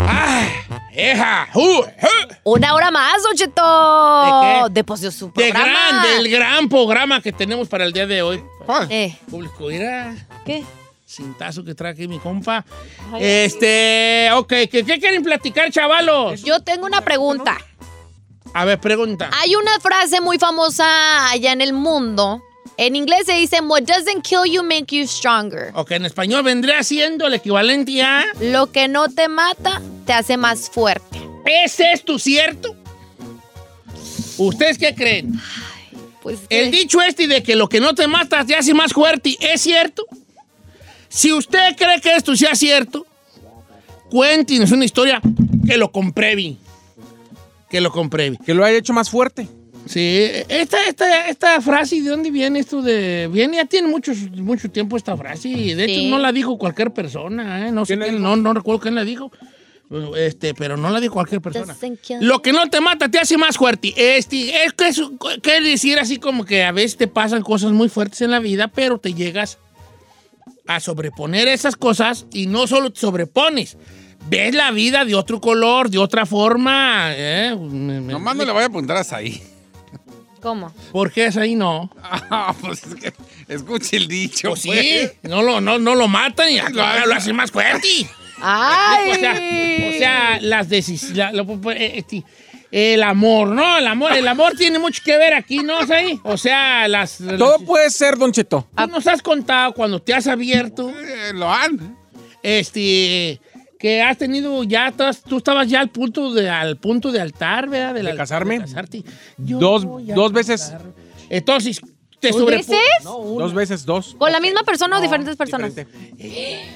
Ah, vieja. Uh, uh. Una hora más, Don Cheto. ¿De qué? De, pues, de su De programa. gran, del gran programa que tenemos para el día de hoy. Eh, Público, mira, ¿Qué? cintazo que trae aquí mi compa. Este, ok, ¿qué, qué quieren platicar, chavalos? Yo tengo una pregunta. A ver, pregunta. Hay una frase muy famosa allá en el mundo. En inglés se dice, What doesn't kill you make you stronger. Ok, en español vendría siendo el equivalente a... Lo que no te mata te hace más fuerte. ¿Es esto cierto? ¿Ustedes qué creen? Pues, El ¿qué? dicho este de que lo que no te mata te hace más fuerte, ¿es cierto? Si usted cree que esto sea cierto, cuéntenos una historia que lo compruebe. Que lo compruebe. Que lo haya hecho más fuerte. Sí, esta, esta, esta frase, ¿de dónde viene esto de...? Viene, ya tiene mucho, mucho tiempo esta frase, y de Sí. hecho no la dijo cualquier persona, ¿eh? No, sé ¿Quién la quién- dijo? no, no recuerdo quién la dijo, este, pero no la dijo cualquier persona. Doesn't kill Lo que no te mata te hace más fuerte. Este, es que es, que decir así como que a veces te pasan cosas muy fuertes en la vida, pero te llegas a sobreponer esas cosas y no solo te sobrepones, ves la vida de otro color, de otra forma. ¿eh? Me- me- Nomás no le voy a apuntar hasta ahí. ¿Cómo? ¿Por qué es ahí no? Ah, pues es que escuche el dicho. Pues sí, pues. no lo, no, no lo matan y lo, lo hacen más fuerte. ¡Ay! O sea, o sea, las decisiones, eh, este, el amor, ¿no? El amor, el amor tiene mucho que ver aquí, ¿no? Saí? O sea, las... Todo puede ser, Don Cheto. Tú nos has contado cuando te has abierto, Eh, Lo han. este, que has tenido ya, todas- tú estabas ya al punto de, al punto de altar, ¿verdad? Del ¿De al- casarme? casarte. Yo Dos- voy a dos veces. casarme. Entonces, te ¿Dos sobrepo- veces? No, una. Dos veces, dos. ¿Con la misma persona o diferentes personas? Diferente.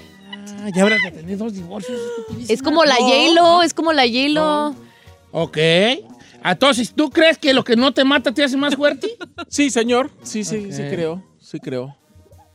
Ah, ya habrás de tener dos divorcios. Es como la No. J-Lo, es como la J-Lo. Ok. Entonces, ¿tú crees que lo que no te mata te hace más fuerte? Sí, señor. Sí, sí, Ok. sí creo. Sí creo.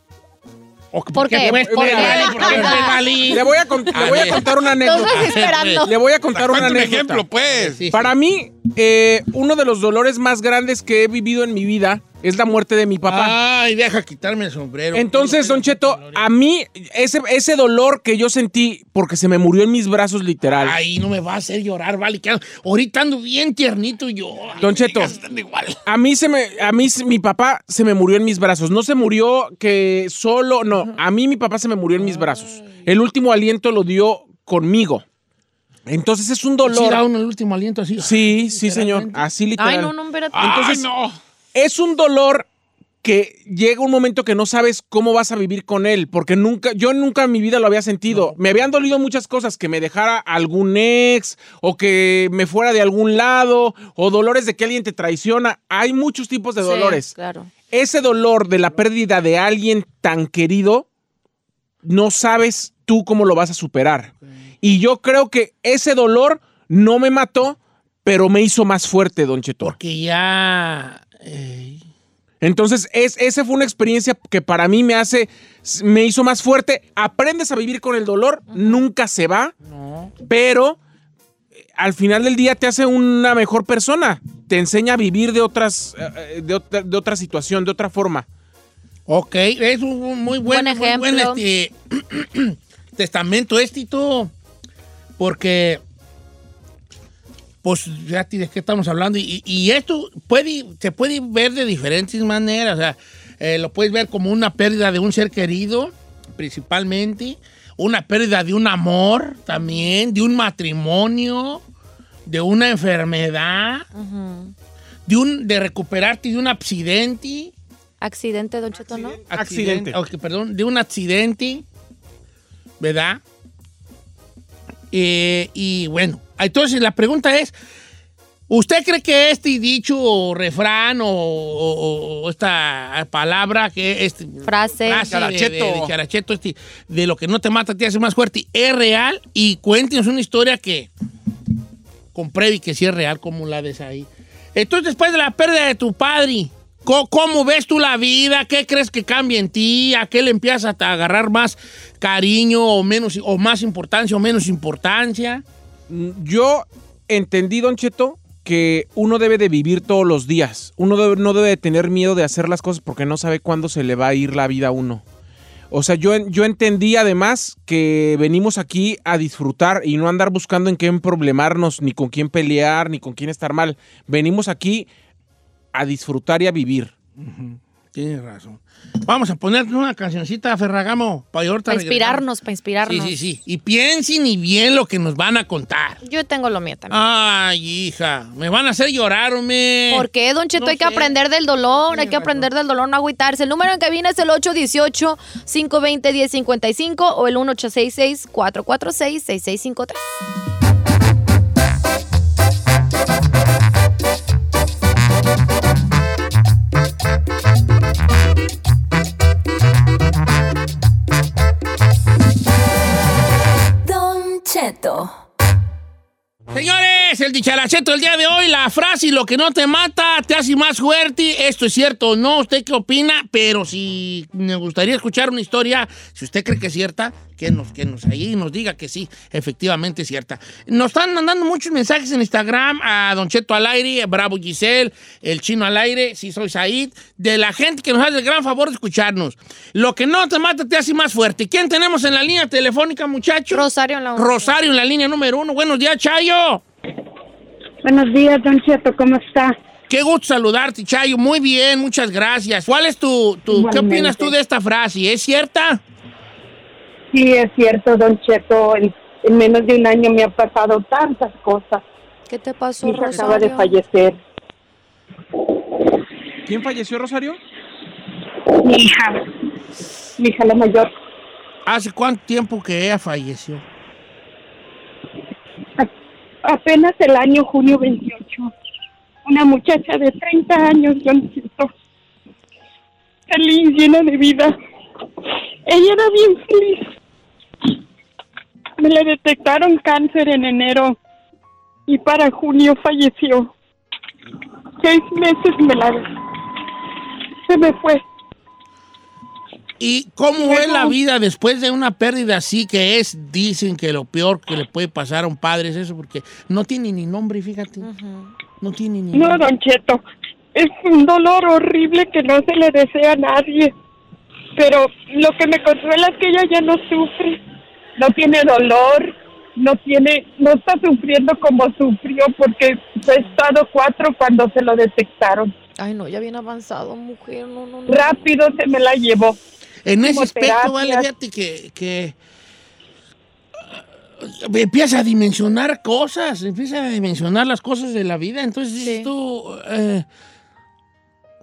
¿O ¿Por, qué? te ves- ¿Por ¿Por qué? qué? ¿Por qué? Vali? Le voy a, cont- A le voy a ver. contar una anécdota. Entonces esperando. Le voy a Cuenta contar un una anécdota. ejemplo, pues. Sí, sí. Para mí, eh, uno de los dolores más grandes que he vivido en mi vida es la muerte de mi papá. Ah, Ay, deja quitarme el sombrero. Entonces, Don Cheto, a mí ese, ese dolor que yo sentí porque se me murió en mis brazos literal. Ay, no me va a hacer llorar, vale. que ahorita ando bien tiernito yo. Ay, Don Cheto. digas, están igual. A mí se me a mí se- mi papá se me murió en mis brazos, no se murió que solo, no, a mí mi papá se me murió en mis brazos. El último aliento lo dio conmigo. Entonces es un Sí, da dolor. uno el último aliento así. Sí, sí, señor, Literalmente. así literal. Ay, no, no, espérate. Ah, Entonces, Ay, no. es un dolor que llega un momento que no sabes cómo vas a vivir con él, porque nunca, yo nunca en mi vida lo había sentido. Me habían dolido muchas cosas, que me dejara algún ex, o que me fuera de algún lado, o dolores de que alguien te traiciona. Hay muchos tipos de Sí, dolores. claro. Ese dolor de la pérdida de alguien tan querido, no sabes tú cómo lo vas a superar. Y yo creo que ese dolor no me mató, pero me hizo más fuerte, Don Chetor. Porque ya. eh, Entonces, es, esa fue una experiencia que para mí me hace, me hizo más fuerte. Aprendes a vivir con el dolor, nunca se va, no. pero eh, al final del día te hace una mejor persona. Te enseña a vivir de, otras, eh, eh, de, otra, de otra situación, de otra forma. Ok, es un un muy buen, Buen muy buen, ejemplo. este, testamento este y todo, porque pues ya ti- de qué estamos hablando y, y esto puede, se puede ver de diferentes maneras, o sea, eh, lo puedes ver como una pérdida de un ser querido, principalmente, una pérdida de un amor también, de un matrimonio, de una enfermedad, de, un, de recuperarte de un accidente. Accidente, Don Cheto, ¿no? Accidente. Ok, perdón, de un accidente, ¿verdad? Eh, y bueno, entonces la pregunta es, ¿usted cree que este dicho o refrán o, o- o esta palabra que este Frase. de, de- Characheto. de characheto, este, de lo que no te mata te hace más fuerte, es real? Y cuéntenos una historia que compruebe y que sí es real como la ves ahí. Entonces, después de la pérdida de tu padre, ¿cómo, cómo ves tú la vida? ¿Qué crees que cambia en ti? ¿A qué le empiezas a ta- agarrar más cariño o menos o más importancia o menos importancia? Mm, Yo entendí, Don Cheto, que uno debe de vivir todos los días. Uno debe- no debe de tener miedo de hacer las cosas porque no sabe cuándo se le va a ir la vida a uno. O sea, yo, en- yo entendí además que venimos aquí a disfrutar y no andar buscando en quién problemarnos, ni con quién pelear, ni con quién estar mal. Venimos aquí a disfrutar y a vivir. Tienes razón. Vamos a ponernos una cancioncita Ferragamo para ahorita Para regresamos. inspirarnos, para inspirarnos. Sí, sí, sí. Y piensen y bien lo que nos van a contar. Yo tengo lo mío Ah, también. Ay, hija, me van a hacer llorar, hombre. ¿Por qué, Don Cheto? eh, No hay que sé. aprender del dolor, hay Tienes que aprender del dolor, no agüitarse. El número en cabina es el 818-520-1055 o el 1866-446-6653. Don Cheto. Señores, el dicharacheto del día de hoy, la frase, lo que no te mata, te hace más fuerte. Esto es cierto o no, ¿usted qué opina? Pero si me gustaría escuchar una historia, si usted cree que es cierta, que nos, que nos ahí nos diga que sí, efectivamente es cierta. Nos están mandando muchos mensajes en Instagram a Don Cheto al aire, Bravo Giselle, El Chino al aire, si soy Said, de la gente que nos hace el gran favor de escucharnos. Lo que no te mata, te hace más fuerte. ¿Quién tenemos en la línea telefónica, muchachos? Rosario en la Rosario en la línea número uno. Buenos días, Chayo. Buenos días, Don Cheto, ¿cómo está? Qué gusto saludarte, Chayo. Muy bien, muchas gracias. ¿Cuál es tu, tu qué Igualmente. opinas tú de esta frase? ¿Es cierta? Sí, es cierto, Don Cheto, en, en menos de un año me ha pasado tantas cosas. ¿Qué te pasó, Mi hija acaba de Rosario? fallecer. ¿Quién falleció, Rosario? Mi hija, mi hija la mayor, ¿Hace cuánto tiempo que ella falleció? a- apenas el año junio 28. Una muchacha de 30 años, Don Cheto. Feliz, llena de vida. Ella era bien feliz. Me le detectaron cáncer en enero y para junio falleció. Seis meses me la... Se me fue. ¿Y cómo es Bueno. la vida después de una pérdida así que es, dicen que lo peor que le puede pasar a un padre es eso? Porque no tiene ni nombre, fíjate. No tiene ni No, nombre. don Cheto, es un dolor horrible que no se le desea a nadie. Pero lo que me consuela es que ella ya no sufre, no tiene dolor, no tiene, no está sufriendo como sufrió porque fue estado cuatro cuando se lo detectaron. Ay, no, ya bien avanzado, mujer. No, no, no. Rápido se me la llevó. En ese aspecto, terapias. vale, fíjate que, que ah, empieza a dimensionar cosas, empieza a dimensionar las cosas de la vida. Entonces, dices Sí. tú, eh,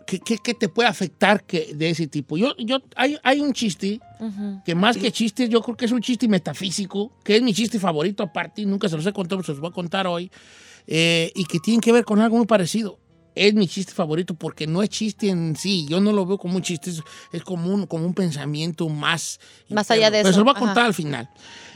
¿qué, qué, qué te puede afectar que, de ese tipo? Yo, yo, hay, hay un chiste Ujú. que más que chiste, yo creo que es un chiste metafísico, que es mi chiste favorito aparte, y nunca se los he contado, pero se los voy a contar hoy, eh, y que tiene que ver con algo muy parecido. Es mi chiste favorito porque no es chiste en sí, yo no lo veo como un chiste, es, es como, un, como un pensamiento más... Más allá de Pero se los eso, voy a ajá. contar al final.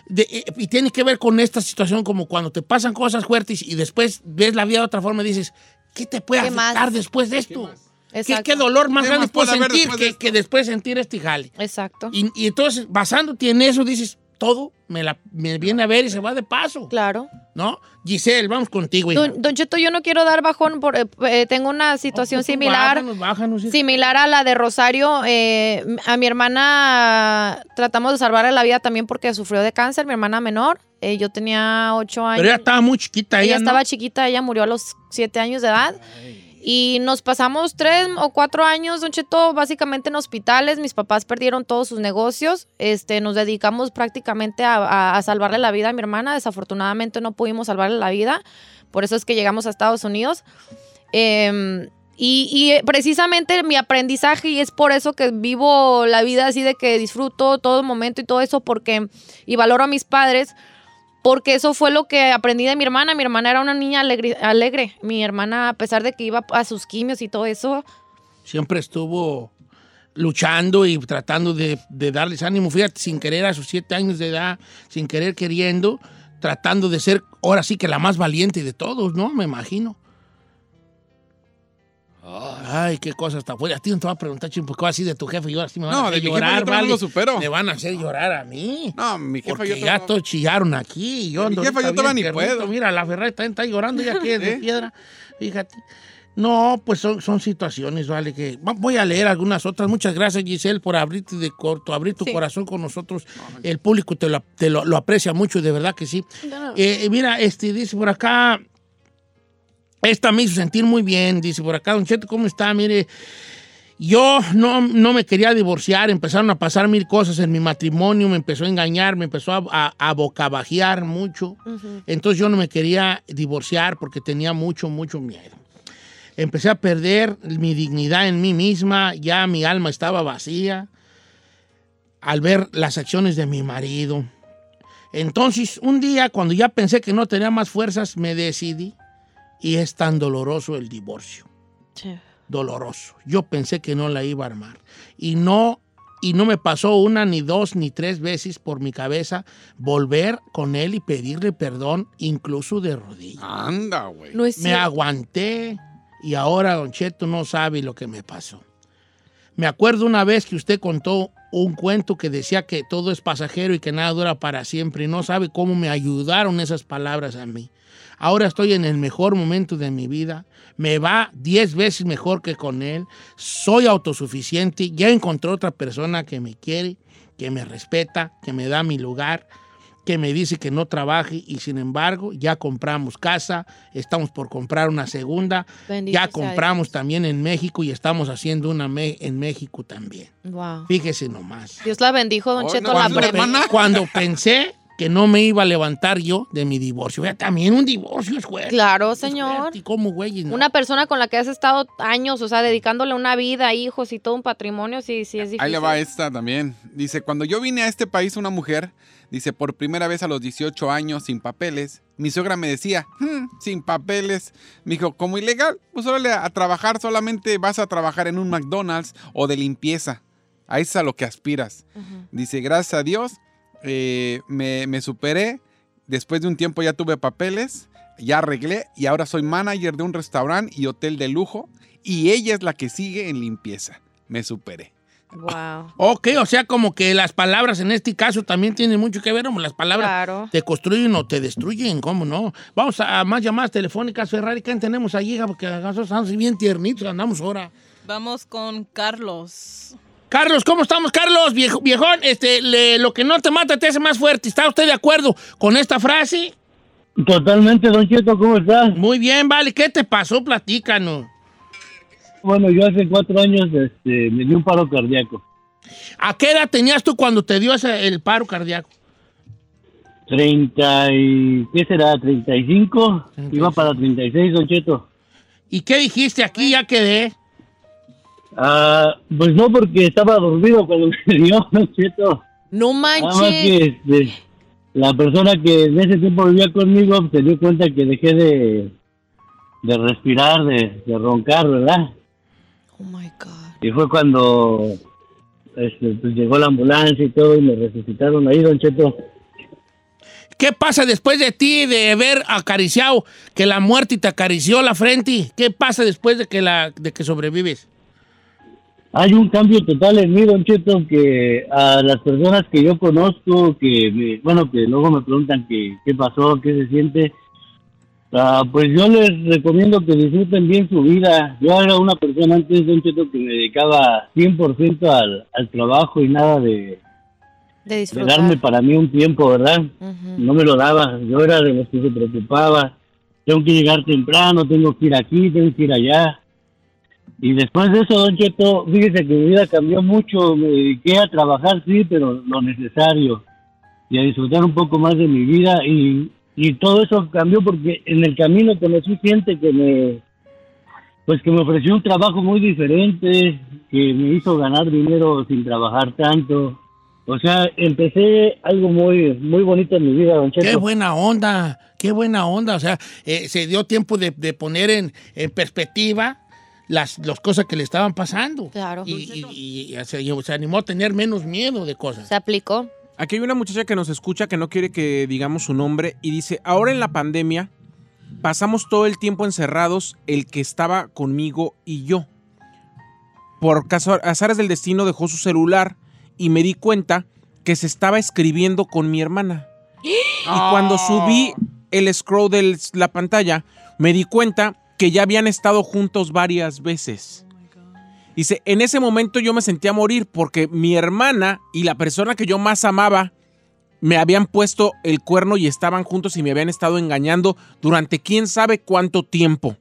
De- eh, y tiene que ver con esta situación como cuando te pasan cosas fuertes y después ves la vida de otra forma y dices, ¿qué te puede ¿Qué más? afectar después de esto? ¿Qué, Exacto. qué dolor más ¿Qué grande más puede puedes haber sentir después de que, esto? que después sentir este jale? Exacto. Y, y entonces, basándote en eso, dices, todo me, la, me viene a ver y se va de paso, Claro. ¿no? Giselle, vamos contigo, hija. Don, Don Cheto, yo no quiero dar bajón, por, eh, eh, tengo una situación Pues tú similar. Bájanos, bájanos, hija. Similar a la de Rosario, eh, a mi hermana tratamos de salvarle la vida también porque sufrió de cáncer, mi hermana menor. eh, yo tenía ocho años. Pero ella estaba muy chiquita, Ella ella, estaba ¿no? chiquita, ella murió a los siete años de edad. Y nos pasamos tres o cuatro años, Don Cheto, básicamente en hospitales. Mis papás perdieron todos sus negocios. Este, nos dedicamos prácticamente a, a- a salvarle la vida a mi hermana. Desafortunadamente no pudimos salvarle la vida. Por eso es que llegamos a Estados Unidos. Em, y, y, eh, precisamente mi aprendizaje, y es por eso que vivo la vida así de que disfruto todo momento y todo eso, porque, y valoro a mis padres, porque eso fue lo que aprendí de mi hermana. Mi hermana era una niña alegre. alegre. Mi hermana, a pesar de que iba a sus quimios y todo eso, Siempre estuvo luchando y tratando de, de darles ánimo, fíjate, sin querer a sus siete años de edad, sin querer queriendo, tratando de ser ahora sí que la más valiente de todos, ¿no? Me imagino. Ay, qué cosa está fuera. A ti no te va a preguntar, chimpo, ¿qué va a decir de tu jefe? Y ahora sí me van No, a hacer de mi jefe yo llorar, todavía no ¿vale? lo supero. Me van a hacer llorar a mí. No, mi jefa Porque yo ya tengo- todos chillaron aquí. y Yo Mi ando jefa, ahorita yo todavía bien ni tiernito. puedo. Mira, la Ferrari también está llorando, ya que es de ¿Eh? piedra. Fíjate. No, pues son, son situaciones, vale, que va- voy a leer algunas otras. Muchas gracias, Giselle, por abrirte de corto, abrir tu Sí. corazón con nosotros. El público te, lo, te lo- lo aprecia mucho, de verdad que sí. Eh, eh, mira, este dice por acá. Esta me hizo sentir muy bien. Dice por acá, Don Cheto, ¿cómo está? Mire, yo no, no me quería divorciar. Empezaron a pasar mil cosas en mi matrimonio. Me empezó a engañar, me empezó a, a, a bocabajear mucho. Entonces yo no me quería divorciar porque tenía mucho, mucho miedo. Empecé a perder mi dignidad en mí misma. Ya mi alma estaba vacía al ver las acciones de mi marido. Entonces, un día, cuando ya pensé que no tenía más fuerzas, me decidí y es tan doloroso el divorcio. Sí. Doloroso. Yo pensé que no la iba a armar. Y no, y no me pasó una, ni dos, ni tres veces por mi cabeza volver con él y pedirle perdón, incluso de rodillas. Anda, güey. No es Me cierto. aguanté y ahora Don Cheto no sabe lo que me pasó. Me acuerdo una vez que usted contó un cuento que decía que todo es pasajero y que nada dura para siempre y no sabe cómo me ayudaron esas palabras a mí. Ahora estoy en el mejor momento de mi vida, me va 10 veces mejor que con él, soy autosuficiente, ya encontré otra persona que me quiere, que me respeta, que me da mi lugar, que me dice que no trabaje y sin embargo ya compramos casa, estamos por comprar una segunda, Bendito ya sea compramos Dios. también en México y estamos haciendo una me- en México también. Wow. Fíjese nomás. Dios la bendijo, Don Ay, Cheto, no, la ¿cuándo, breve. hermana? Cuando pensé que no me iba a levantar yo de mi divorcio. Vea, también un divorcio es fuerte. Claro, es señor. fuerte, ¿Y cómo, güey? Y no. Una persona con la que has estado años, o sea, dedicándole una vida, hijos y todo un patrimonio, sí, sí es difícil. Ahí le va esta también. Dice, cuando yo vine a este país una mujer, dice, por primera vez a los 18 años sin papeles, mi suegra me decía, "Hmm, sin papeles. Me dijo, como ilegal, pues órale a trabajar, solamente vas a trabajar en un McDonald's o de limpieza. A eso es a lo que aspiras. Dice, gracias a Dios, eh, me, me superé. Después de un tiempo ya tuve papeles, ya arreglé y ahora soy manager de un restaurante y hotel de lujo. Y ella es la que sigue en limpieza. Me superé. Wow. Ok, o sea, como que las palabras en este caso también tienen mucho que ver, hombre, las palabras Claro. te construyen o te destruyen, ¿cómo no? Vamos a, a más llamadas telefónicas, Ferrari, ¿quién tenemos allí? Porque nosotros andamos bien tiernitos, andamos ahora. Vamos con Carlos. Carlos, ¿cómo estamos, Carlos? Viejo- viejón, este, le- lo que no te mata te hace más fuerte. ¿Está usted de acuerdo con esta frase? Totalmente, don Cheto, ¿cómo estás? Muy bien, vale. ¿Qué te pasó? Platícanos. Bueno, yo hace cuatro años este, me dio un paro cardíaco. ¿A qué edad tenías tú cuando te dio ese- el paro cardíaco? Treinta y... ¿qué será? ¿35? Iba para 36, don Cheto. ¿Y qué dijiste aquí? Ya quedé. Ah, pues no, porque estaba dormido cuando me dio, don Cheto. No Nada más manches. que este, la persona que en ese tiempo vivía conmigo pues, se dio cuenta que dejé de, de respirar, de, de roncar, ¿verdad? Oh my God. Y fue cuando este, pues, llegó la ambulancia y todo y me resucitaron ahí, don Cheto. ¿Qué pasa después de ti, de haber acariciado, que la muerte te acarició la frente? ¿Qué pasa después de que, la, de que sobrevives? Hay un cambio total en mí, Don Cheto, que a las personas que yo conozco, que me- bueno, que luego me preguntan que, qué pasó, qué se siente, ah, pues yo les recomiendo que disfruten bien su vida. Yo era una persona antes, Don Cheto, que me dedicaba 100% al, al trabajo y nada de, De de disfrutar. darme para mí un tiempo, ¿verdad? Ujú. No me lo daba, yo era de los que se preocupaba, tengo que llegar temprano, tengo que ir aquí, tengo que ir allá. Y después de eso, Don Cheto, fíjese que mi vida cambió mucho, me dediqué a trabajar, sí, pero lo necesario, y a disfrutar un poco más de mi vida, y, y todo eso cambió porque en el camino conocí gente que me, pues que me ofreció un trabajo muy diferente, que me hizo ganar dinero sin trabajar tanto. O sea, empecé algo muy muy bonito en mi vida, Don Cheto. Qué buena onda, qué buena onda. O sea, eh, se dio tiempo de, de poner en, en perspectiva las, las cosas que le estaban pasando. Claro. Y, y- y- y se, se animó a tener menos miedo de cosas. Se aplicó. Aquí hay una muchacha que nos escucha que no quiere que digamos su nombre y dice, ahora en la pandemia pasamos todo el tiempo encerrados el que estaba conmigo y yo. Por caso- azares del destino dejó su celular y me di cuenta que se estaba escribiendo con mi hermana. Y cuando subí el scroll de la pantalla, me di cuenta que ya habían estado juntos varias veces. Dice, en ese momento yo me sentía a morir porque mi hermana y la persona que yo más amaba me habían puesto el cuerno y estaban juntos y me habían estado engañando durante quién sabe cuánto tiempo.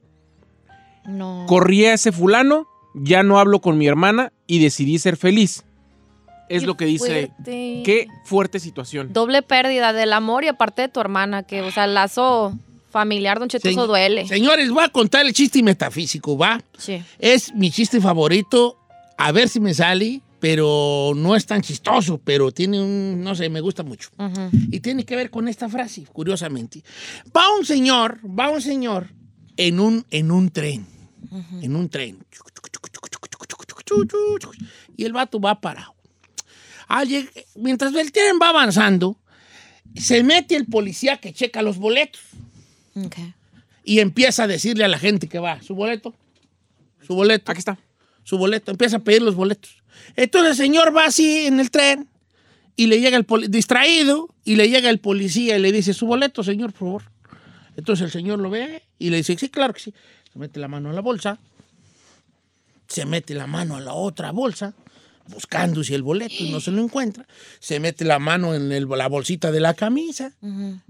No. Corría ese fulano, ya no hablo con mi hermana y decidí ser feliz. Es Qué lo que dice. fuerte. Qué fuerte situación. Doble pérdida del amor y aparte de tu hermana, que, o sea, el lazo familiar, don Cheto, Señ- eso duele. Señores, voy a contar el chiste metafísico, ¿va? Sí. Es mi chiste favorito. A ver si me sale, pero no es tan chistoso, pero tiene un, no sé, me gusta mucho. Ujú. Y tiene que ver con esta frase, curiosamente. Va un señor, va un señor en un, en un tren, en un tren. Y el vato va parado. Al lleg- mientras el tren va avanzando, se mete el policía que checa los boletos Ok. y empieza a decirle a la gente que va, su boleto, su boleto Aquí está. su boleto, empieza a pedir los boletos. Entonces el señor va así en el tren y le llega el poli- distraído y le llega el policía y le dice, su boleto, señor, por favor. Entonces el señor lo ve y le dice, sí, claro que sí. Se mete la mano a la bolsa, se mete la mano a la otra bolsa, buscando si el boleto y no se lo encuentra, se mete la mano en el- la bolsita de la camisa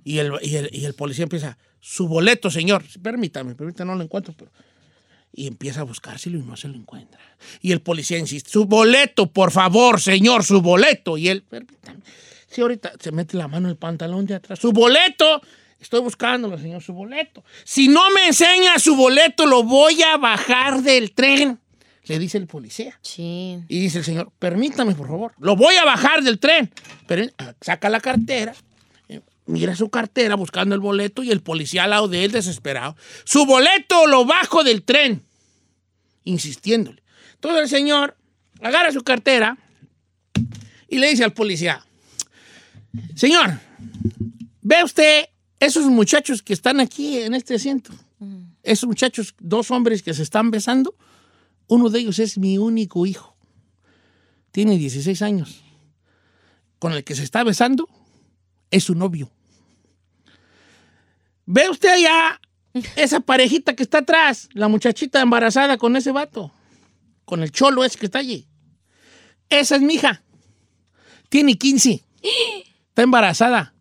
y, el, y el- y el policía empieza, su boleto, señor, permítame, permítame, no lo encuentro, pero y empieza a buscárselo y no se lo encuentra. Y el policía insiste, su boleto, por favor, señor, su boleto. Y él, permítame. Sí, ahorita se mete la mano en el pantalón de atrás. Su boleto, estoy buscándolo, señor, su boleto. Si no me enseña su boleto, lo voy a bajar del tren, le dice el policía. Chin. Y dice el señor, permítame, por favor, lo voy a bajar del tren. Pero eh, saca la cartera, eh, mira su cartera buscando el boleto y el policía al lado de él desesperado. Su boleto lo bajo del tren, insistiéndole. Entonces el señor agarra su cartera y le dice al policía, señor, ve usted esos muchachos que están aquí en este asiento. Esos muchachos, dos hombres que se están besando, uno de ellos es mi único hijo tiene 16 años. Con el que se está besando es su novio. ¿Ve usted allá esa parejita que está atrás? La muchachita embarazada con ese vato. Con el cholo ese que está allí. Esa es mi hija. Tiene 15. Está embarazada.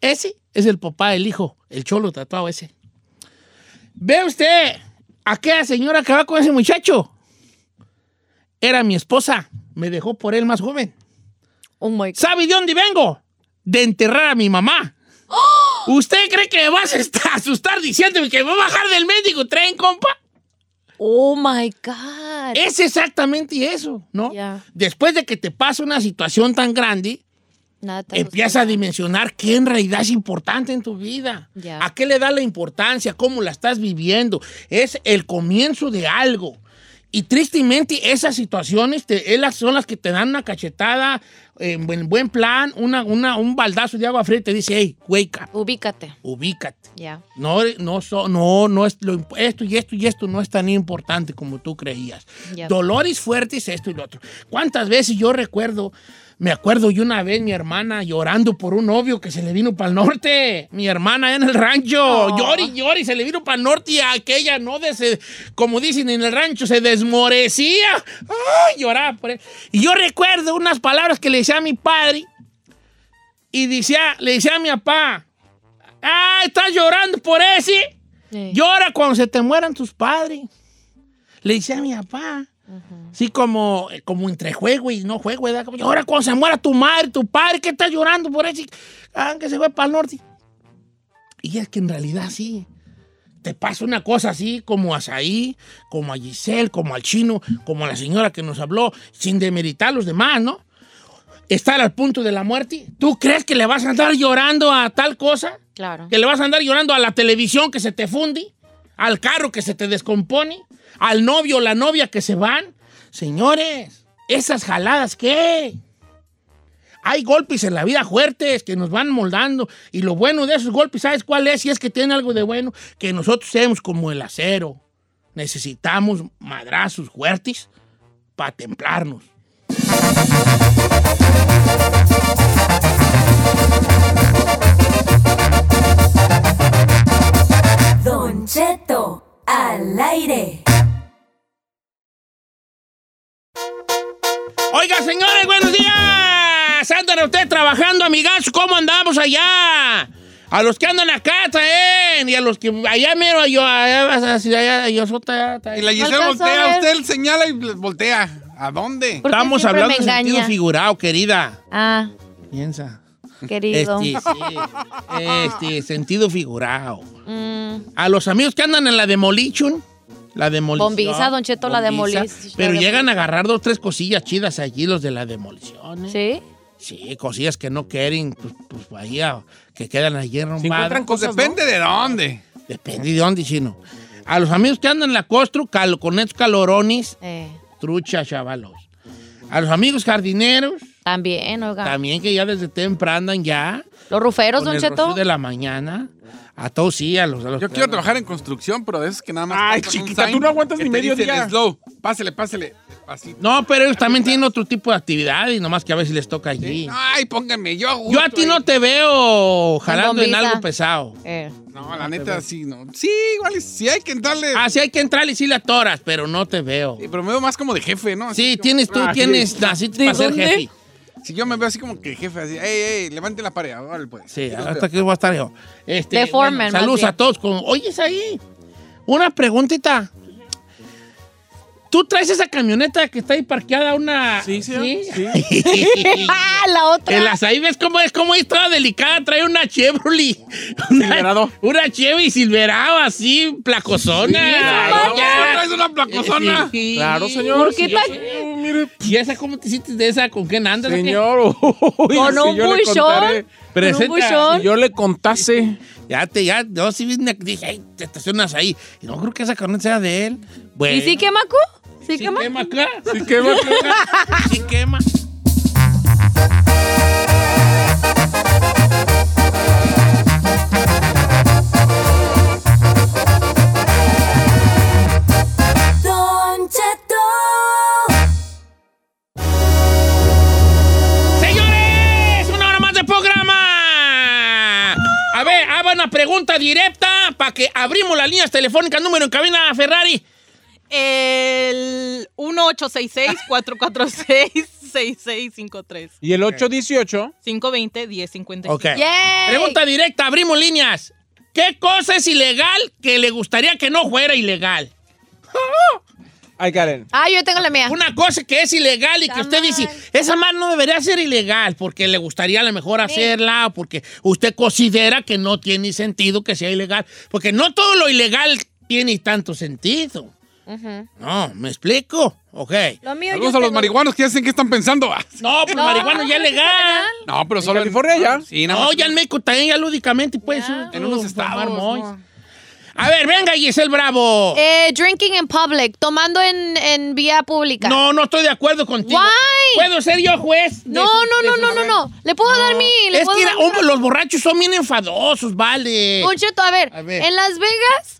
Ese es el papá del hijo, el cholo tatuado ese. ¿Ve usted aquella señora que va con ese muchacho? Era mi esposa. Me dejó por él más joven. Oh my God. ¿Sabe de dónde vengo? De enterrar a mi mamá. ¿Usted cree que me vas a est- asustar diciéndome que me va a bajar del médico tren, compa? Oh my God. Es exactamente eso, ¿no? Ya. Después de que te pasa una situación tan grande, Nada tan empieza a oscuro. dimensionar qué en realidad es importante en tu vida. Ya. ¿A qué le da la importancia? ¿Cómo la estás viviendo? Es el comienzo de algo. Y tristemente esas situaciones te- es las- son las que te dan una cachetada, eh, en buen, buen plan, una, una- un baldazo de agua fría y te dice, hey, wake up, Ubícate. ubícate. Ya. No, no, so- no, no es lo imp- esto y esto y esto no es tan importante como tú creías. Ya. Dolores fuertes, esto y lo otro. ¿Cuántas veces yo recuerdo, me acuerdo yo una vez mi hermana llorando por un novio que se le vino para el norte? Mi hermana en el rancho, Oh. llori, llori, se le vino para el norte y aquella no, de se- como dicen en el rancho, se desmorecía. Ay, lloraba por él. Y yo recuerdo unas palabras que le decía a mi padre y decía, le decía a mi papá, ah, estás llorando por ese. Sí. Llora cuando se te mueran tus padres. Le decía a mi papá. Sí, como, eh, como entre juego y no juego, ¿verdad? Como, llora cuando se muera tu madre, tu padre, que estás llorando por eso? Ah, que se fue para el norte. Y es que en realidad sí. Te pasa una cosa así, como a Saí, como a Giselle, como al chino, como a la señora que nos habló, sin demeritar a los demás, ¿no? Estar al punto de la muerte. ¿Tú crees que le vas a andar llorando a tal cosa? Claro. que le vas a andar llorando a la televisión que se te funde, al carro que se te descompone, al novio o la novia que se van. Señores, esas jaladas qué? Hay golpes en la vida fuertes que nos van moldando y lo bueno de esos golpes, ¿sabes cuál es? Si es que tiene algo de bueno, que nosotros seamos como el acero. Necesitamos madrazos fuertes para templarnos. Don Cheto, al señores, buenos días. Andan ustedes trabajando, amigas, ¿cómo andamos allá? A los que andan acá también, y a los que allá mero, yo, allá, vas a- allá, yo, sota, allá, Y la Giselle alcanzó a voltea, ver. usted señala y voltea. ¿A dónde? ¿Por qué Estamos siempre hablando me en sentido engaña? figurado, querida. Ah, Piensa. querido. Este, sí. Este, sentido figurado. Mm, A los amigos que andan en la demolition. La demolición. Bombiza, Don Cheto, la bombiza, demolición. Pero La llegan demolición. a agarrar dos, tres cosillas chidas allí, los de la demolición. ¿eh? ¿Sí? Sí, cosillas que no quieren, pues, pues ahí a- que quedan allí Se encuentran arrumbadas. Pues cosas, depende de dónde. Depende de dónde, chino. A los amigos que andan en la costru, cal- con estos calorones, Eh, trucha, chavalos. A los amigos jardineros, también, oiga. también que ya desde temprano andan ya. Ah. Los ruferos, con Don el Cheto. rocío de la mañana. A todos sí, a los... a los- Yo quiero trabajar en construcción, pero de esos que nada más. Ay, pasan un chiquita, sign tú no aguantas que ni te medio dicen día. Slow. Pásele, pásele. Despacito. No, pero ellos también tienen otro tipo de actividades, nomás que a veces les toca allí. Ay, póngame, yo. gusto, Yo a ti no eh. te veo jalando en bombiza. algo pesado. Eh, No, la neta, sí, no. Sí, igual y sí hay que entrarle. Ah, sí hay que entrar y sí la toras, pero no te veo. Sí, pero me veo más como de jefe, ¿no? Así Sí, como- tienes tú, Ah, tienes así para ser dónde? jefe. Si yo me veo así como que jefe, así, ey, ey, levante la pared, órale, pues. Sí, Yo los hasta veo. que voy a estar yo. Este, De foreman, más saludos bien. a todos. Con, Oye, ahí. Una preguntita. ¿Tú traes esa camioneta que está ahí parqueada una...? Sí, sí, sí. ¡Ah, la otra! El azaí, ¿ves cómo es? ¿Cómo es toda delicada? Trae una Chevrolet. Una, Silverado. Una Chevy Silverado, así, placosona. Ay, Ay, ya. ya. traes una placozona? Sí. Claro, señor. ¿Por qué Sí, tan- sí. Oh, mire, ¿Y esa cómo te sientes de esa? ¿Con qué andas? o qué? señor. uy, Con si un yo le buchón. contare- Con un Presenta. Si buchón. yo le contase. Ya te, ya, yo sí vi una- dije, ay, te estacionas ahí. Y no creo que esa camioneta sea de él. Bueno, ¿Y sí quema, Cu? ¿Sí, sí quema? quema acá. Sí, qué va- Sí quema. Don Cheto, ¡Señores! ¡Una hora más de programa! A ver, haga una pregunta directa para que abrimos las líneas telefónicas. Número en cabina, Ferrari. El 1866-446-6653. Y el 818. 520-1055. Ok. ¡Yay! Pregunta directa, abrimos líneas. ¿Qué cosa es ilegal que le gustaría que no fuera ilegal? Ay, Karen. Ah, yo tengo la mía. Una cosa que es ilegal y que usted dice, esa más no debería ser ilegal porque le gustaría a lo mejor hacerla o porque usted considera que no tiene sentido que sea ilegal. Porque no todo lo ilegal tiene tanto sentido. Ujú. No, ¿me explico? Ok. Lo mío Saludos yo a los tengo- marihuanos que ya saben qué están pensando. Ah, No, pues No, marihuana ya es no es legal. legal. No, pero En solo. Ah, California ya. Sí, nada No, más. ya en México también ya lúdicamente pues, puedes Ya. En unos fumar estados, mois. ¿no? A ver, venga Giselle Bravo. Eh, drinking in public, tomando en, en vía pública. No, no estoy de acuerdo contigo. Why? ¿Puedo ser yo juez? de no, sus- no, de no, sus- no, no, no. Le puedo dar mi. le Es puedo que dar era- mi hombre, los borrachos son bien enfadosos, vale. Don Cheto, a ver, A ver. en Las Vegas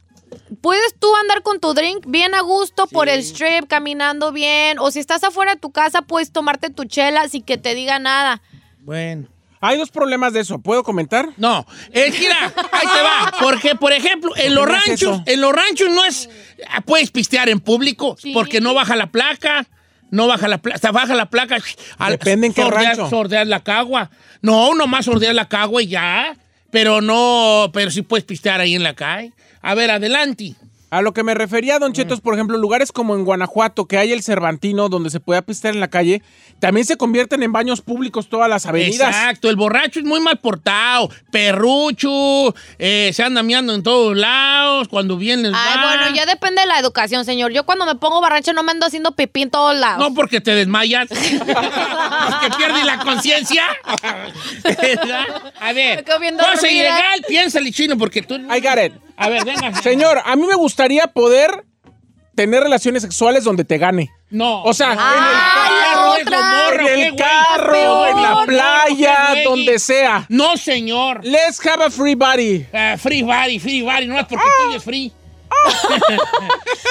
puedes tú andar con tu drink bien a gusto por el strip, caminando bien, o si estás afuera de tu casa puedes tomarte tu chela sin que te diga nada. Bueno. Hay dos problemas de eso. ¿Puedo comentar? No, es que mira, ahí te va. Porque, por ejemplo, en los no es ranchos, eso? en los ranchos no es. ah, Puedes pistear en público porque no baja la placa. No baja la placa, baja la placa. al- Depende en qué sordeas- rancho. sordeas la cagua. No, nomás sordeas la cagua y ya. Pero no, pero sí puedes pistear ahí en la calle. A ver, adelante. A lo que me refería, Don Cheto, Mm. es, por ejemplo, lugares como en Guanajuato, que hay el Cervantino, donde se puede pistear en la calle, también se convierten en baños públicos todas las avenidas. Exacto, el borracho es muy mal portado, perrucho, eh, se anda miando en todos lados, cuando viene el Ay, bar. bueno, ya depende de la educación, señor. Yo cuando me pongo barrancha no me ando haciendo pipí en todos lados. No porque te desmayas, porque pierdes la conciencia. a ver, Me quedo bien cosa dormida. ilegal, piénsale, chino, porque tú... I got it. A ver, venga. Señor, a mí me gustaría poder tener relaciones sexuales donde te gane. No. O sea, Ah, en el carro, otra. hijo, morro, en qué el güey. carro, en la Morro, playa, qué güey. donde sea. No, señor. Let's have a free body. Ah, free body, free body, no es porque tú es free.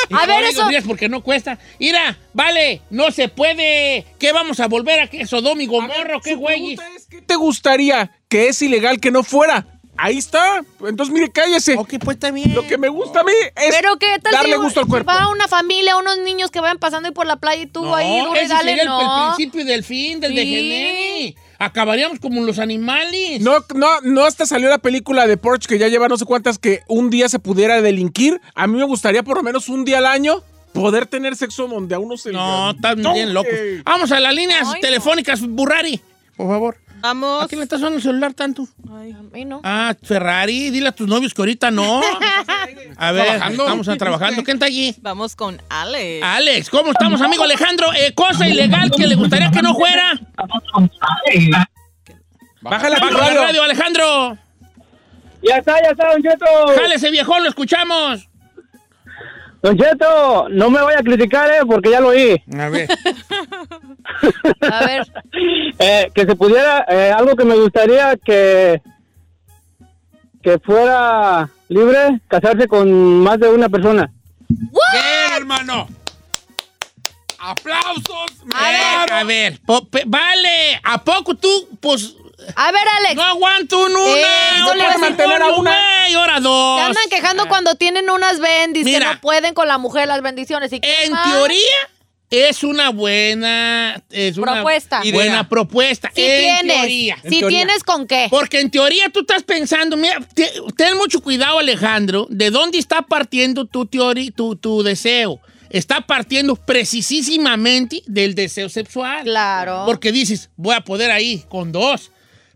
Y A no ver, digo eso- frías porque no cuesta. Mira, vale, no se puede. ¿Qué vamos a volver a que Sodom y Gomorra? ¿Qué Su güeyes? pregunta es, ¿Qué te gustaría que es ilegal que no fuera? Ahí está. Entonces, mire, cállese. Ok, pues está bien. Lo que me gusta a mí es Pero qué tal darle si gusto al cuerpo. para una familia, unos niños que vayan pasando ahí por la playa y tú ahí No, un ese regalo, sería el- el, no. principio del fin del de Sí. Generi. Acabaríamos como los animales. No, no, no hasta salió la película de Porch que ya lleva no sé cuántas que un día se pudiera delinquir. A mí me gustaría por lo menos un día al año poder tener sexo donde a uno se No, están No, bien locos. eh. Vamos a las líneas Ay, no. telefónicas, Burrari. Por favor. Vamos. ¿A quién le estás dando el celular tanto? Ay, Ay, no. Ah, Ferrari, dile a tus novios que ahorita no. A ver, trabajando. estamos a- trabajando. ¿Quién está allí? Vamos con Alex. Alex, ¿cómo estamos, amigo Alejandro? Eh, cosa ilegal que le gustaría que no fuera. Bájala, tu Baja radio. la radio, Alejandro. Ya está, ya está, Don Cheto. Jálese, viejo, lo escuchamos. Don Cheto, no me vaya a criticar, eh, porque ya lo oí. A ver. A ver, Eh, que se pudiera, eh, algo que me gustaría que, que fuera libre, casarse con más de una persona. Bien, hermano. Aplausos. A ver, a ver, po- pe- vale, ¿a poco tú, pues, a ver, Alex. no aguanto un una? Eh, no no le puedes vas a- mantener a una. Y ahora dos. Se andan quejando cuando tienen unas bendis Mira. que no pueden con la mujer, las bendiciones. ¿Y qué En más? teoría, es una buena... Es una Propuesta. Buena Idea. propuesta. Si en tienes, teoría. si tienes con qué. Porque en teoría tú estás pensando, mira, te- ten mucho cuidado Alejandro, de dónde está partiendo tu teoría, tu, tu deseo. Está partiendo precisísimamente del deseo sexual. Claro. Porque dices, voy a poder ahí con dos.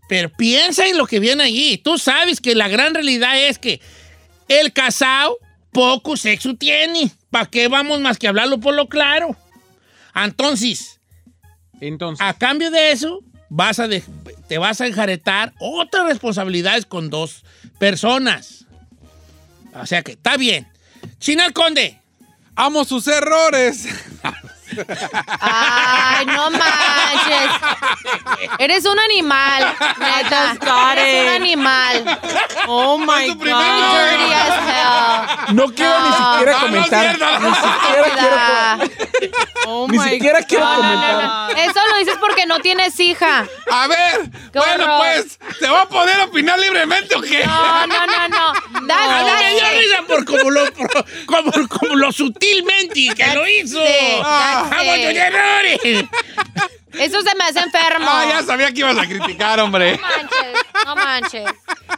Pero piensa en lo que viene allí. Tú sabes que la gran realidad es que el casado poco sexo tiene. ¿Para qué vamos más que hablarlo por lo claro? Entonces, Entonces, a cambio de eso, vas a de- te vas a enjaretar otras responsabilidades con dos personas. O sea que está bien. China el Conde. Amo sus errores. Ay, no manches. Eres un animal, neta. Just got Eres un it. animal. Oh my tu God. primer Dirty as hell. no quiero ni No. siquiera No, no es comentar. cierto. ni siquiera quiero Ah, Oh Ni my siquiera quiero God. comentar. Eso lo dices porque no tienes hija. A ver. Qué bueno, horror. pues, ¿te va a poder opinar libremente o qué? No, no, no, Ah, no. A That's- mí Ah, me dio that's it. risa por como lo, por- como, como lo sutilmente que lo hizo. it, Ah, that's ¡Amo it. tus errores! Eso se me hace enfermo. Ah, ya sabía que ibas a criticar, hombre. No manches, no manches.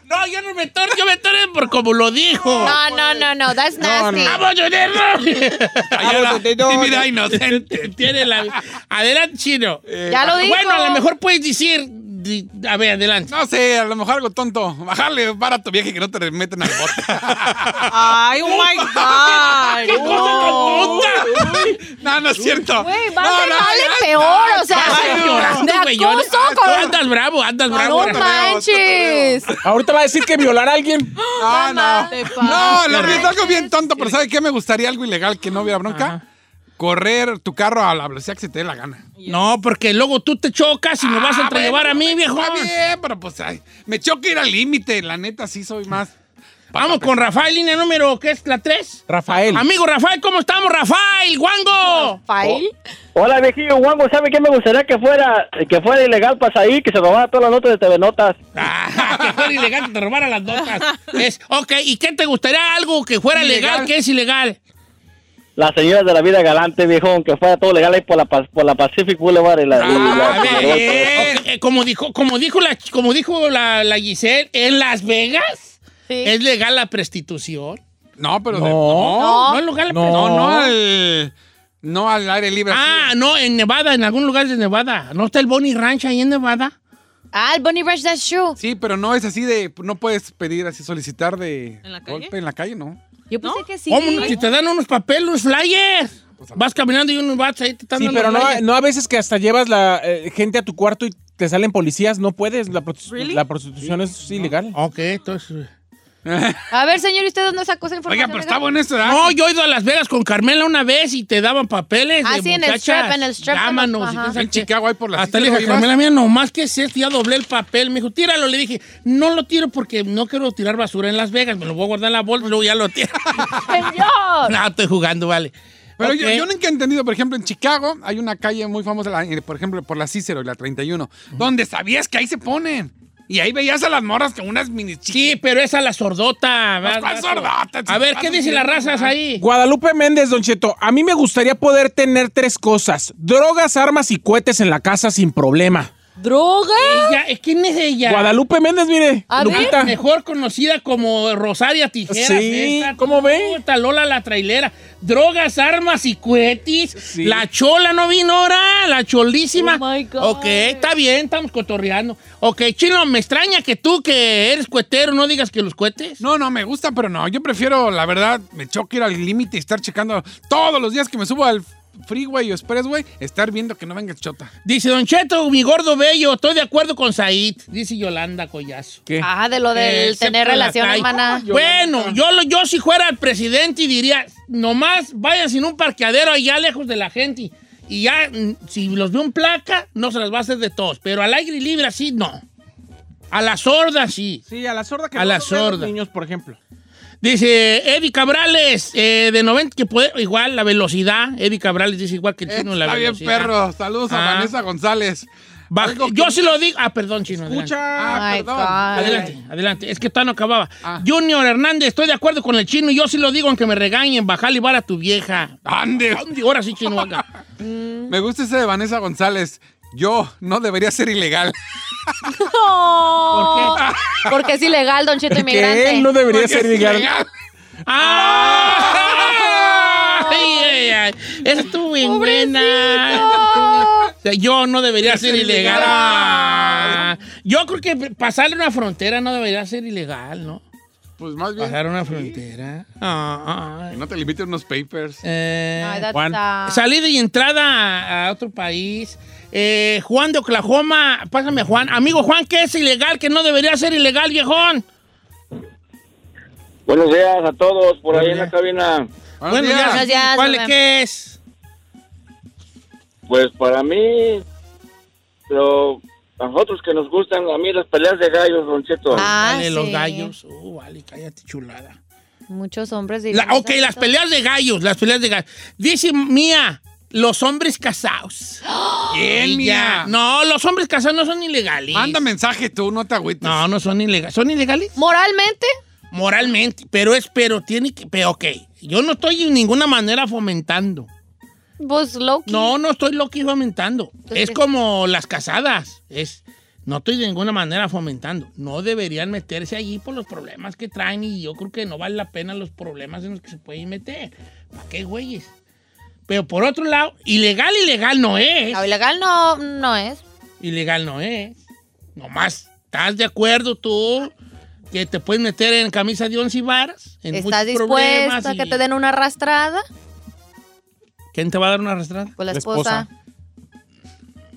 No, yo no me torno, yo me torno por como lo dijo. Ah, No, no, no, no. That's nasty. ¡Amo tus errores! Cállala, tímida inocente. Tiene la... Adelante, Chino. Ya lo dijo. Bueno, a lo mejor puedes decir... di- A ver, adelante. No sé, a lo mejor algo tonto. Bájale, para tu viaje que no te meten al bote. Ay, oh my God. ¡Qué cosa tan Oh. tonta! no, no es cierto. Güey, va no, a ser no, vale ya- peor, o sea. Estás llorando, de güey, yo- acoso Tú con- Andas bravo, andas bravo. No manches. comentar. Ahorita va a decir que violar a alguien. No, no. Te pasa. Ah, No, lo es algo bien tonto, pero ¿sabe qué? Me gustaría algo ilegal que no hubiera bronca. Correr tu carro a la velocidad que se te dé la gana. No, porque luego tú te chocas y me vas a Ah, entrellevar bueno, a mí, viejo. Está bien, pero pues ay, me choca ir al límite. La neta, sí soy más. Vamos con Rafael, línea número, ¿qué es? ¿La 3? Rafael. Amigo Rafael, ¿cómo estamos, Rafael? ¡Guango! Fail. Oh, Hola, viejillo Wango, ¿sabe qué me gustaría que fuera que fuera ilegal para ahí, que se robara todas las notas de TV Notas? Ah, que fuera ilegal que te robara las notas. Es, ok, ¿y qué te gustaría algo que fuera legal, Ilegal. que es ilegal? Las señoras de la vida galante, viejo, que fuera todo legal ahí por la, pa- por la Pacific Boulevard y la... y la- A ver, y la- eh, ok, eh, como dijo, como dijo la, como dijo la, la Giselle, en Las Vegas Sí. es legal la prostitución. No, pero. de- No. No, no es legal la No. prostitución. No, no al. No al aire libre. Ah, así. no, en Nevada, en algún lugar de Nevada. ¿No está el Bonnie Ranch ahí en Nevada? Ah, el Bunny Ranch, that's true. Sí, pero no es así de. No puedes pedir así, solicitar de. ¿En la calle? golpe en la calle, ¿no? Yo pensé que sí. ¿Cómo no? Si te dan unos papeles, unos flyers. Vas caminando y unos vatos ahí te están Sí, dando pero no, flyers. no a veces que hasta llevas la eh, gente a tu cuarto y te salen policías, no puedes. La, prostitu- Really? la prostitución es ilegal. Ok, entonces... eh. A ver, señor, ¿y usted dónde sacó esa Oiga, información? pero oiga? está bueno eso, ¿verdad? No, yo he ido a Las Vegas con Carmela una vez y te daban papeles Ah, de sí, en el muchachas. strip, en el strip, Llámanos. ajá. y quién sabe En qué. Chicago hay por la Hasta le Cicero, dije, a ¿ibas? Carmela, mira, nomás que es esto, ya doblé el papel. Me dijo, tíralo. Le dije, no lo tiro porque no quiero tirar basura en Las Vegas. Me lo voy a guardar en la bolsa y luego ya lo tiro. Señor. no, estoy jugando, vale. Pero Ok. yo, yo nunca he entendido, por ejemplo, en Chicago eh, hay una calle muy famosa, la- por ejemplo, por la Cícero y la 31, donde sabías que ahí se ponen. Y ahí veías a las morras con unas mini chiquitas. Sí, pero esa es la sordota. ¿verdad? ¿Cuál sordota, A ver, ¿qué chiquita? dicen las razas ahí? Guadalupe Méndez, Don Cheto, a mí me gustaría poder tener tres cosas: drogas, armas y cohetes en la casa sin problema. ¿Droga? Ella, ¿eh? ¿Quién es ella? Guadalupe Méndez, mire, A ver. Lupita. Mejor conocida como Rosaria Tijeras. Sí, esta, ¿cómo ve? puta, Lola la trailera. Drogas, armas y cohetis. Sí. La chola no vino ahora. La cholísima. Oh, my God. Ok, está bien, estamos cotorreando. Ok, chino, me extraña que tú que eres cohetero no digas que los cohetes. No, no, me gusta, pero no. Yo prefiero, la verdad, me choca ir al límite y estar checando todos los días que me subo al freeway o expressway, estar viendo que no venga chota. Dice Don Cheto, mi gordo bello, estoy de acuerdo con Said. Dice Yolanda Collazo. ¿Qué? Ah, de lo del Eh, tener excepto relación, la Tay. hermana. Bueno, yo, lo- yo si fuera el presidente y diría, nomás vayan sin un parqueadero allá lejos de la gente. Y ya, mm, si los veo en placa, no se las va a hacer de todos. Pero al aire libre así, no. A la sorda sí. Sí, a la sorda que A no la nos vean los sorda. niños, por ejemplo. Dice Eddie Cabrales, eh, de 90, que puede, igual la velocidad. Eddie Cabrales dice igual que el chino la Está bien, velocidad. perro. Saludos Ah. a Vanessa González. Va- Algo que- yo sí lo digo. Ah, perdón, chino. adelante. Escucha. Ah, Ay, perdón. God. Adelante, adelante. Es que todavía no acababa. Junior Hernández, estoy de acuerdo con el chino. Yo sí lo digo, aunque me regañen. Bajale y vara a tu vieja. Ande. ¿Dónde? Ahora sí, chino. acá. Me gusta ese de Vanessa González. Yo no debería ser ilegal. No. Porque es ilegal, Don Cheto Que Inmigrante. él no debería Porque ser es ilegal. ilegal. ¡Ah! Ay, ay, ay. Esa estuvo bien buena. Esa estuvo- O sea, Yo no debería ser ilegal. Ah. Yo creo que pasarle una frontera no debería ser ilegal, ¿no? Pues más bien. Pasar una frontera. Ah, ah, que ah. No te limites unos papers. Eh, Ay, that's Juan. sad. Salida y entrada a otro país. Eh, Juan de Oklahoma, pásame a Juan. Amigo Juan, que es ilegal, que no debería ser ilegal, viejón. Buenos días a todos por ahí en la Buenos cabina. Buenos bueno, días. ya, Buenos días, ¿cuál nos es vemos. qué es? Pues para mí, pero a nosotros que nos gustan, a mí las peleas de gallos, Don Cheto. Ah, Vale, los sí. gallos. Uh, vale, cállate, chulada. Muchos hombres La- dirían. ok, las peleas de gallos, las peleas de gallos. Dice Mía, los hombres casados. Bien, Ella- mía. No, los hombres casados no son ilegales. Manda mensaje tú, no te agüites. No, no son ilegales. ¿Son ilegales? ¿Moralmente? Moralmente, pero es, pero tiene que, pero ok. Yo no estoy en ninguna manera fomentando. Pues Loki. No, no estoy loco y fomentando. Entonces, es ¿qué? como las casadas. Es, no estoy de ninguna manera fomentando. No deberían meterse allí por los problemas que traen y yo creo que no vale la pena los problemas en los que se pueden meter. ¿Para qué güeyes? Pero por otro lado, ilegal, ilegal no es. Lo ilegal no, no es. Ilegal no es. Nomás, ¿estás de acuerdo tú que te puedes meter en camisa de once varas? En ¿Estás muchos problemas dispuesta a que y- te den una arrastrada? ¿Quién te va a dar una arrastrada? Pues la La esposa.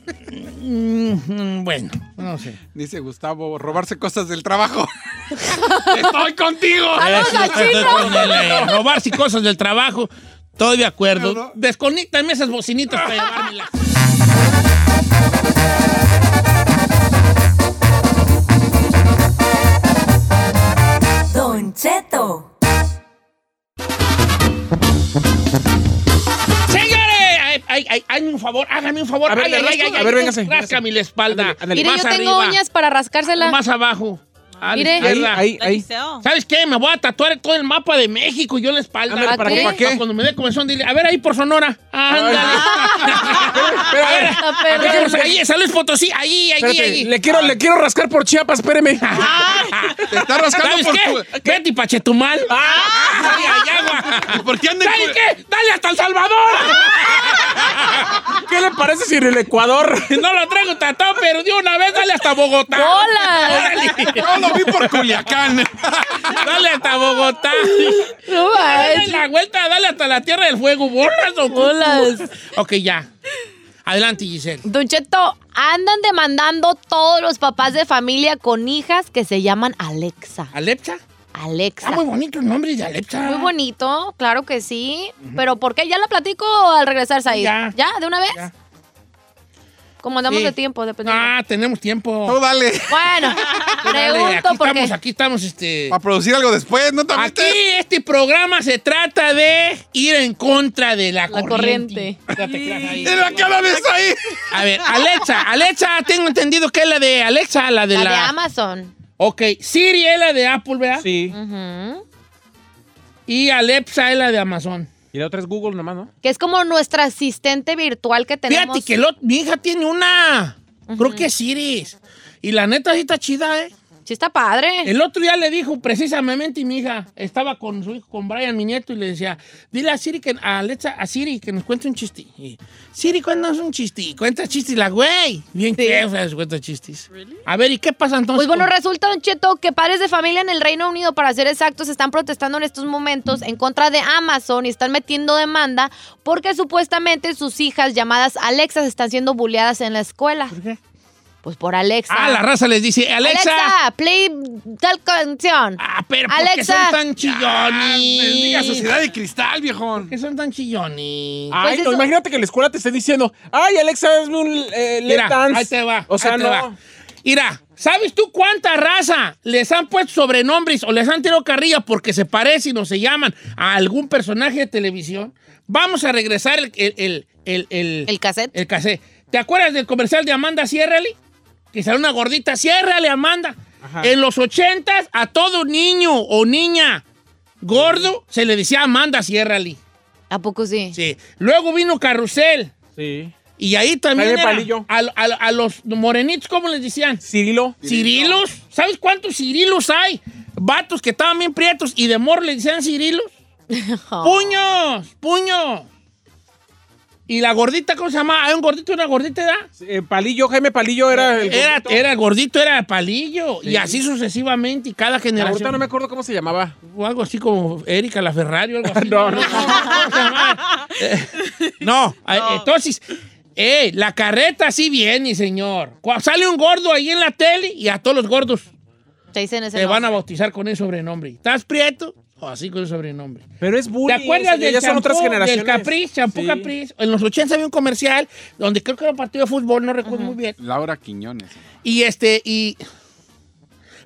esposa. Mm, bueno, no sé. Dice Gustavo, robarse cosas del trabajo. Estoy contigo. Sí, estoy con el, eh, robarse cosas del trabajo. Estoy de acuerdo. Pero- Desconéctame esas bocinitas para llevármelas. Don Cheto. ¡Señores! Ay, ay, ay, hazme un favor, hágame un favor. A ver, Ay, ¿le ay, rasco? ay, A ay, ver, véngase. Ráscame la espalda. Ándale, ándale. Mire, Más yo tengo arriba, uñas para rascársela. Más abajo. A la Mire. Ahí, izquierda. ahí, ahí. ¿Sabes qué? Me voy a tatuar todo el mapa de México yo en la espalda. Ándale, ¿para qué? Para qué? cuando me dé comezón, dile, a ver ahí por Sonora. Ándale. Ah. Espera, a ver, Está A ver, perro. Ahí, en San Luis Potosí, ahí, ahí, espérate, ahí. Le Ah. quiero, le quiero rascar por Chiapas, espéreme. Te está rascando ¿Sabes por tu. Ah. qué? Vete y pachetumal. Ay, ay, agua. ¿Y ¿Por qué anda en ¿Sabes cu- qué? ¡Dale hasta El Salvador! Ah. ¿Qué le parece si en el Ecuador? No lo traigo tatuado, pero de una vez dale hasta Bogotá. ¡Hola! Órale. No lo vi por Culiacán. Dale hasta Bogotá. No Dale manches. la vuelta, dale hasta la Tierra del Fuego. Borras o Bolas. Ok, ya. Adelante, Giselle. Don Cheto, andan demandando todos los papás de familia con hijas que se llaman Alexa. ¿Alepcha? Alexa. Está Ah, muy bonito el nombre de Alepcha. Muy bonito, claro que sí. Pero ¿por qué? Ya la platico al regresar, Said. Ya. ¿Ya? ¿De una vez? Ya. Como andamos Sí. de tiempo, dependiendo. Ah, tenemos tiempo. Tú dale. Bueno, Dale, aquí pregunto porque. estamos, aquí estamos, este. Para producir algo después, ¿no? ¿También Aquí este programa se trata de ir en contra de la, La corriente. corriente. Ya te creas ahí. te- ¡En la cara de eso ahí! A ver, Alexa, Alexa, tengo entendido que es la de Alexa, la de La la. de Amazon. ok, Siri es la de Apple, ¿verdad? Sí. Ujú. Y Alexa es la de Amazon. Y la otra es Google nomás, ¿no? Que es como nuestra asistente virtual que tenemos. Fíjate que lo- mi hija tiene una. Creo que es Siri. Y la neta sí está chida, ¿eh? Sí, está padre. El otro día le dijo precisamente y mi hija estaba con su hijo, con Brian, mi nieto, y le decía, dile a Siri que a Alexa, a Siri que nos cuente un chiste. Y, Siri, cuéntanos un chiste. Y cuenta chistes la güey. Bien que o sea, cuenta chistes. A ver, ¿y qué pasa entonces? Pues bueno, con- resulta, Don Cheto, que padres de familia en el Reino Unido, para ser exactos, están protestando en estos momentos en contra de Amazon y están metiendo demanda porque supuestamente sus hijas llamadas Alexas están siendo bulleadas en la escuela. Pues por Alexa. Ah, la raza les dice, Alexa. Alexa, play tal canción. Ah, pero ¿por qué Alexa. son tan Bendiga chillones? sociedad de cristal, viejón. ¿Por qué son tan chillones? Ay, no, eso- imagínate que la escuela te esté diciendo, ay, Alexa, hazme un eh, lap Mira, dance". ahí te va. O sea, ahí te no. va. Mira, ¿sabes tú cuánta raza les han puesto sobrenombres o les han tirado carrilla porque se parecen o se llaman a algún personaje de televisión? Vamos a regresar el, el, el, el, el- El cassette. el cassette. ¿Te acuerdas del comercial de Amanda Ciérrale? Que salió una gordita. Ciérrale, Amanda. En los ochentas, a todo niño o niña gordo se le decía Amanda Ciérrale. ¿A poco sí? Sí. Luego vino Carrusel. Sí. Y ahí también Jaime era- Palillo. a, a- a los morenitos, ¿cómo les decían? Cirilo. Cirilos. ¿Sabes cuántos cirilos hay? Vatos que estaban bien prietos y de morro les decían cirilos. ¡Puños! ¡Puños! Y la gordita, ¿cómo se llama? ¿Hay un gordito y una gordita, edad? Eh, Palillo, Jaime Palillo era el. Era, gordito. era gordito, era palillo. Y así sucesivamente, y cada Ahorita generación. no me acuerdo cómo se llamaba. O algo así como Erika la Ferrari o algo así. No, no. ¿Cómo se llama? Eh, no, eh, entonces, eh, la carreta sí viene, señor. Cuando sale un gordo ahí en la tele y a todos los gordos Te dicen ese te van a nombre. bautizar con el sobrenombre. ¿Estás prieto? O así con el sobrenombre. Pero es bullying. ¿Te acuerdas o sea, del ya son champú, otras del generaciones? Capriz, champú Sí. Capriz? En los 80 había un comercial donde creo que era un partido de fútbol, no recuerdo muy bien. Laura Quiñones. Y este, y...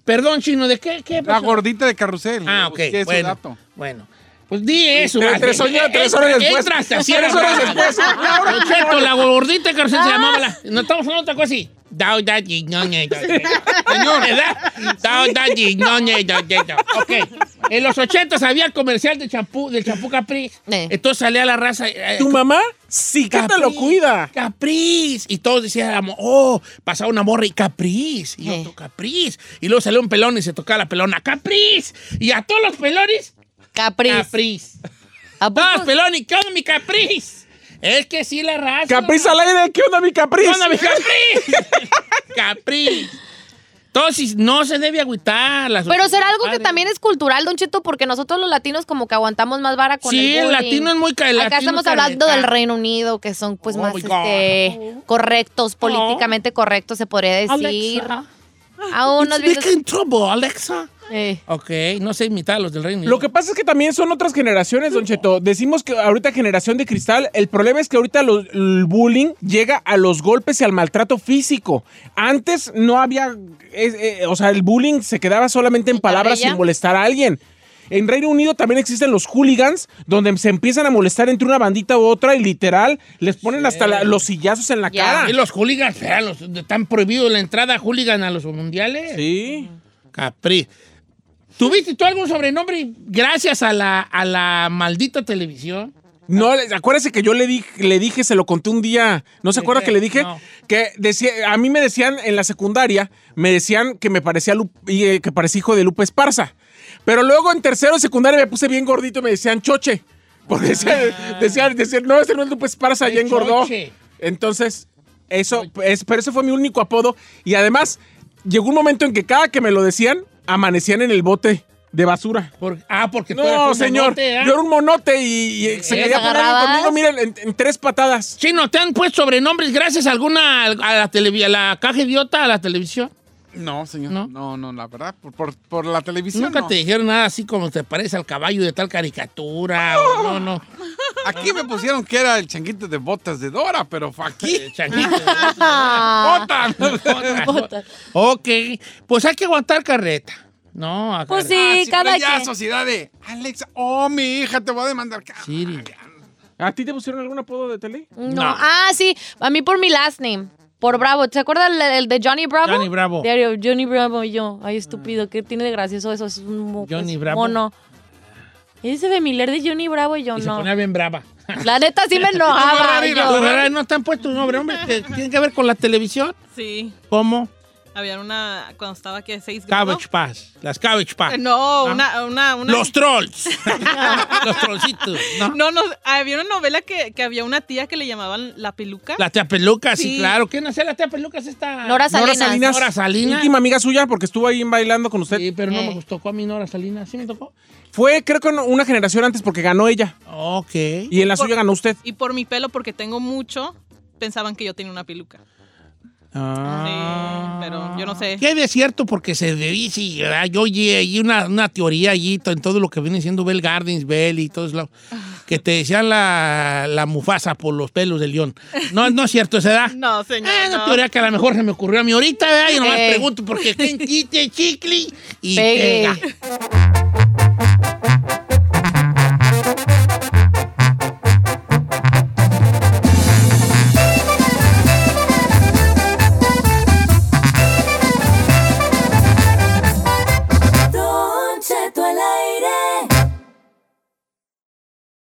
Perdón, Chino, ¿de qué, qué La pasó? gordita de carrusel. Ah, ok. Busqué ese bueno, dato. bueno. Pues di eso. Tres- vale. Eh, tres horas- tres horas Entra- después. entra hasta Tres cierra, horas vale. después. Por cierto, la gordita que se llamaba la... No estamos hablando de otra cosa así. Dao, da, di, no, ne, da, da. Señor, ¿verdad? Dao, da, di, no, ne, da, da, da. Ok. En los ochentas había el comercial de champú, del champú Capri. Eh. Entonces salía la raza... eh, Tu mamá sí que te lo Capriz, cuida. Capriz. Y todos decían, oh, pasaba una morra y Capriz. Y Eh. otro Capriz. Y luego salió un pelón y se tocaba la pelona. Capriz. Y a todos los pelones, Capriz. Capriz. Ah, ¿A poco? Todos pelón y ¿qué onda, mi Capriz? Es que sí la raza. Capriz al aire, ¿qué onda mi Capriz? ¿Qué onda, mi Capriz? Capriz. Entonces, no se debe agüitar. las- Pero será algo que padres. también es cultural, Don Cheto, porque nosotros los latinos como que aguantamos más vara con Sí, el bullying. latino es muy ca- el Acá latino estamos careta. hablando del Reino Unido, que son pues Oh más my God. Oh. este, correctos, políticamente correctos, se podría decir. Alexa. Ah. Aún It's nos viendo- making trouble, Alexa. Eh, Ok, no sé imitar a los del Reino Unido. Lo que pasa es que también son otras generaciones, Don Cheto. Decimos que ahorita generación de cristal. El problema es que ahorita los- el bullying llega a los golpes y al maltrato físico. Antes no había. es- eh, o sea, el bullying se quedaba solamente en ¿En palabras carrilla? sin molestar a alguien. En Reino Unido también existen los hooligans, donde se empiezan a molestar entre una bandita u otra y literal les ponen hasta la- los sillazos en la Ya. cara. Y los hooligans, vea, los- están prohibido la entrada hooligan a los mundiales. Sí. Capri. ¿Tuviste tú algún sobrenombre gracias a la, a la maldita televisión? No, le- acuérdese que yo le dije, le dije, se lo conté un día. ¿No se ¿Qué acuerda qué? que le dije? No. Que decía, a mí me decían en la secundaria, me decían que me parecía Lu- y, eh, que parecía hijo de Lupe Esparza. Pero luego en tercero de secundaria me puse bien gordito y me decían choche. Porque decían, decían, decían, no, ese no es Lupe Esparza, Ay, ya engordó. Choche. Entonces, eso, es, pero ese fue mi único apodo. Y además, llegó un momento en que cada que me lo decían, amanecían en el bote de basura. Por- ah, porque tú eras No, un señor. monote, ¿ah? Yo era un monote y, y se ¿Los quería poner agarrabas? conmigo, miren, en, en tres patadas. Chino, ¿te han puesto sobrenombres gracias a alguna a la, televi- a la caja idiota, a la televisión? No, señor. ¿No? No, no, la verdad. Por, por, por la televisión. Nunca no. te dijeron nada así como te parece al caballo de tal caricatura. o no, no. Aquí me pusieron que era el changuito de botas de Dora, pero fue aquí. Changuito. Ah, ¡Botas! botas. ok, pues hay que aguantar carreta. No, a Pues carreta. sí, si cada no, Ah, ya, quien. sociedad de Alexa. Oh, mi hija, te voy a demandar. Siri. ¿A ti te pusieron algún apodo de tele? No. No. Ah, sí. A mí por mi last name. Por Bravo. ¿Te acuerdas el, el de Johnny Bravo? Johnny Bravo. Diario, Johnny Bravo y yo. Ay, estúpido. ¿Qué tiene de gracioso eso? Es un mo- Johnny es Bravo. mono. Ese familiar de Johnny Bravo y yo Y se no. ponía bien brava. La neta sí me enojaba. yo. Pero, ay, no están puestos nombre, hombre. que Tiene que ver con la televisión. Sí, ¿Cómo? había una cuando estaba aquí seis grados. Cabbage Pass. Las Cabbage Pass. Eh, No, Ah. una, una, una. Los trolls. Los trollcitos. ¿no? No, no, había una novela que, que había una tía que le llamaban la peluca. La tía peluca, sí, Sí. claro. ¿Quién hacía la tía peluca? Es esta. Nora Nora Salinas. Salinas. Nora Salinas. Íntima amiga suya porque estuvo ahí bailando con usted. Sí, pero no Eh. me gustó. a mí Nora Salinas? ¿Sí me tocó? Fue, creo que una generación antes porque ganó ella. Ok. Y en la suya ganó usted. Y por mi pelo, porque tengo mucho, pensaban que yo tenía una peluca. Ah. Sí, pero yo no sé. ¿Qué hay de cierto? Porque se dice, ¿verdad? yo oí ahí una, una teoría allí to- en todo lo que viene siendo Bell Gardens, Bell y todo eso, que te decían la, la mufasa por los pelos del león. No, no es cierto, ¿se da? No, señor. Eh, una no. teoría que a lo mejor se me ocurrió a mí ahorita, ¿verdad? Y nomás Ey. pregunto porque quien quite chicle y Pegue. pega.